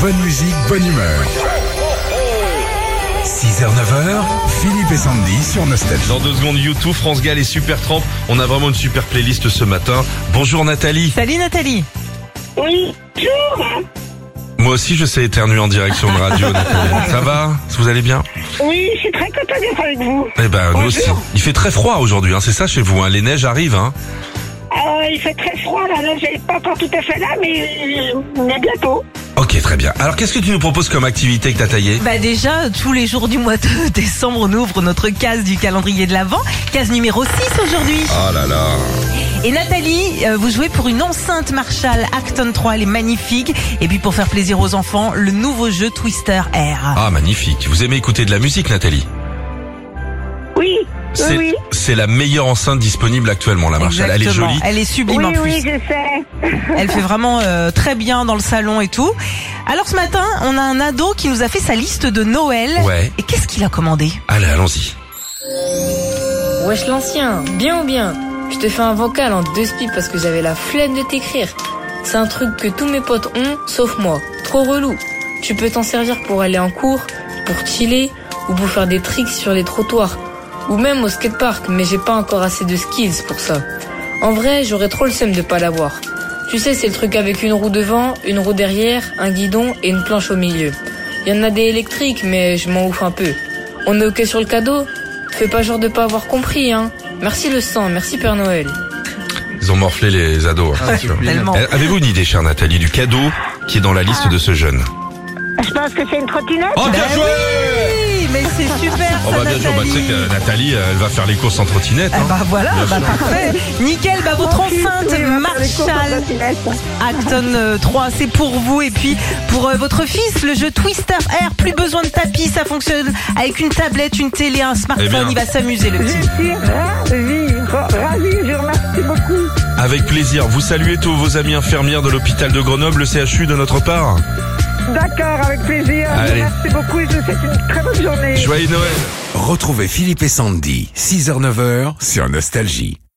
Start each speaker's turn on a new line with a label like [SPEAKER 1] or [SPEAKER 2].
[SPEAKER 1] Bonne musique, bonne humeur. 6h, 9h, Philippe et Sandy sur Nostalgie.
[SPEAKER 2] Dans deux secondes, YouTube, France Gall et Super Tramp. On a vraiment une super playlist ce matin. Bonjour Nathalie.
[SPEAKER 3] Salut Nathalie.
[SPEAKER 4] Oui, hein.
[SPEAKER 2] Moi aussi, je sais éternuer en direction de radio. Nathalie. Ça va Vous allez bien
[SPEAKER 4] oui, je suis très contente d'être avec vous.
[SPEAKER 2] Eh ben, nous
[SPEAKER 4] Bonjour.
[SPEAKER 2] aussi. Il fait très froid aujourd'hui, hein, c'est ça chez vous. hein. Les neiges arrivent. Hein.
[SPEAKER 4] Euh, il fait très froid là, là, j'ai pas encore tout à fait là, mais, euh, mais bientôt.
[SPEAKER 2] Ok, très bien. Alors, qu'est-ce que tu nous proposes comme activité que t'as taillée
[SPEAKER 3] Bah déjà, tous les jours du mois de décembre, on ouvre notre case du calendrier de l'Avent, case numéro 6 aujourd'hui.
[SPEAKER 2] Oh là là.
[SPEAKER 3] Et Nathalie, euh, vous jouez pour une enceinte Marshall Acton 3, elle est magnifique. Et puis pour faire plaisir aux enfants, le nouveau jeu Twister Air.
[SPEAKER 2] Ah, magnifique. Vous aimez écouter de la musique, Nathalie
[SPEAKER 4] Oui, oui,
[SPEAKER 2] C'est
[SPEAKER 4] oui.
[SPEAKER 2] c'est la meilleure enceinte disponible actuellement, la Marshall. Elle est
[SPEAKER 3] Exactement.
[SPEAKER 2] jolie.
[SPEAKER 3] Elle est sublime
[SPEAKER 4] Oui,
[SPEAKER 3] en plus.
[SPEAKER 4] oui, je sais.
[SPEAKER 3] Elle fait vraiment euh, très bien dans le salon et tout. Alors ce matin, on a un ado qui nous a fait sa liste de Noël.
[SPEAKER 2] Ouais.
[SPEAKER 3] Et qu'est-ce qu'il a commandé
[SPEAKER 2] Allez, allons-y.
[SPEAKER 5] Wesh l'ancien, bien ou bien Je te fais un vocal en deux spies parce que j'avais la flemme de t'écrire. C'est un truc que tous mes potes ont, sauf moi. Trop relou. Tu peux t'en servir pour aller en cours, pour chiller, ou pour faire des tricks sur les trottoirs, ou même au skatepark, mais j'ai pas encore assez de skills pour ça. En vrai, j'aurais trop le seum de pas l'avoir. Tu sais, c'est le truc avec une roue devant, une roue derrière, un guidon et une planche au milieu. Il y en a des électriques, mais je m'en ouf un peu. On est ok sur le cadeau Fais pas genre de pas avoir compris, hein. Merci le sang, merci Père Noël.
[SPEAKER 2] Ils ont morflé les ados.
[SPEAKER 1] Ah,
[SPEAKER 2] hein, c'est sûr.
[SPEAKER 3] Tellement.
[SPEAKER 2] Eh, Avez-vous une idée, chère Nathalie, du cadeau qui est dans la liste de ce jeune
[SPEAKER 4] Je pense que c'est une trottinette.
[SPEAKER 2] Oh, bien
[SPEAKER 3] Ben
[SPEAKER 2] joué
[SPEAKER 3] oui, mais c'est super
[SPEAKER 2] Oh
[SPEAKER 3] ça,
[SPEAKER 2] bah bien sûr, bah, tu sais
[SPEAKER 3] Nathalie.
[SPEAKER 2] que Nathalie, euh, elle va faire les courses en trottinette.
[SPEAKER 3] Eh
[SPEAKER 2] hein.
[SPEAKER 3] bah voilà,
[SPEAKER 2] Bien
[SPEAKER 3] bah
[SPEAKER 2] sûr.
[SPEAKER 3] parfait. Nickel, bah votre
[SPEAKER 4] Oui,
[SPEAKER 3] enceinte
[SPEAKER 4] oui, on va faire les courses en
[SPEAKER 3] Marshall
[SPEAKER 4] trottinette.
[SPEAKER 3] Acton euh, 3, c'est pour vous. Et puis pour euh, votre fils, le jeu Twister Air, plus besoin de tapis, ça fonctionne avec une tablette, une télé, un
[SPEAKER 2] Eh bien.
[SPEAKER 3] smartphone, il va s'amuser le petit.
[SPEAKER 4] Je suis ravie, ravie, je vous remercie beaucoup.
[SPEAKER 2] Avec plaisir, vous saluez tous vos amis infirmières de l'hôpital de Grenoble, le CHU de notre part.
[SPEAKER 4] D'accord, avec plaisir.
[SPEAKER 2] Allez.
[SPEAKER 4] Merci beaucoup et je vous souhaite une très bonne journée.
[SPEAKER 2] Joyeux Noël
[SPEAKER 1] Retrouvez Philippe et Sandy, 6h, 9h sur Nostalgie.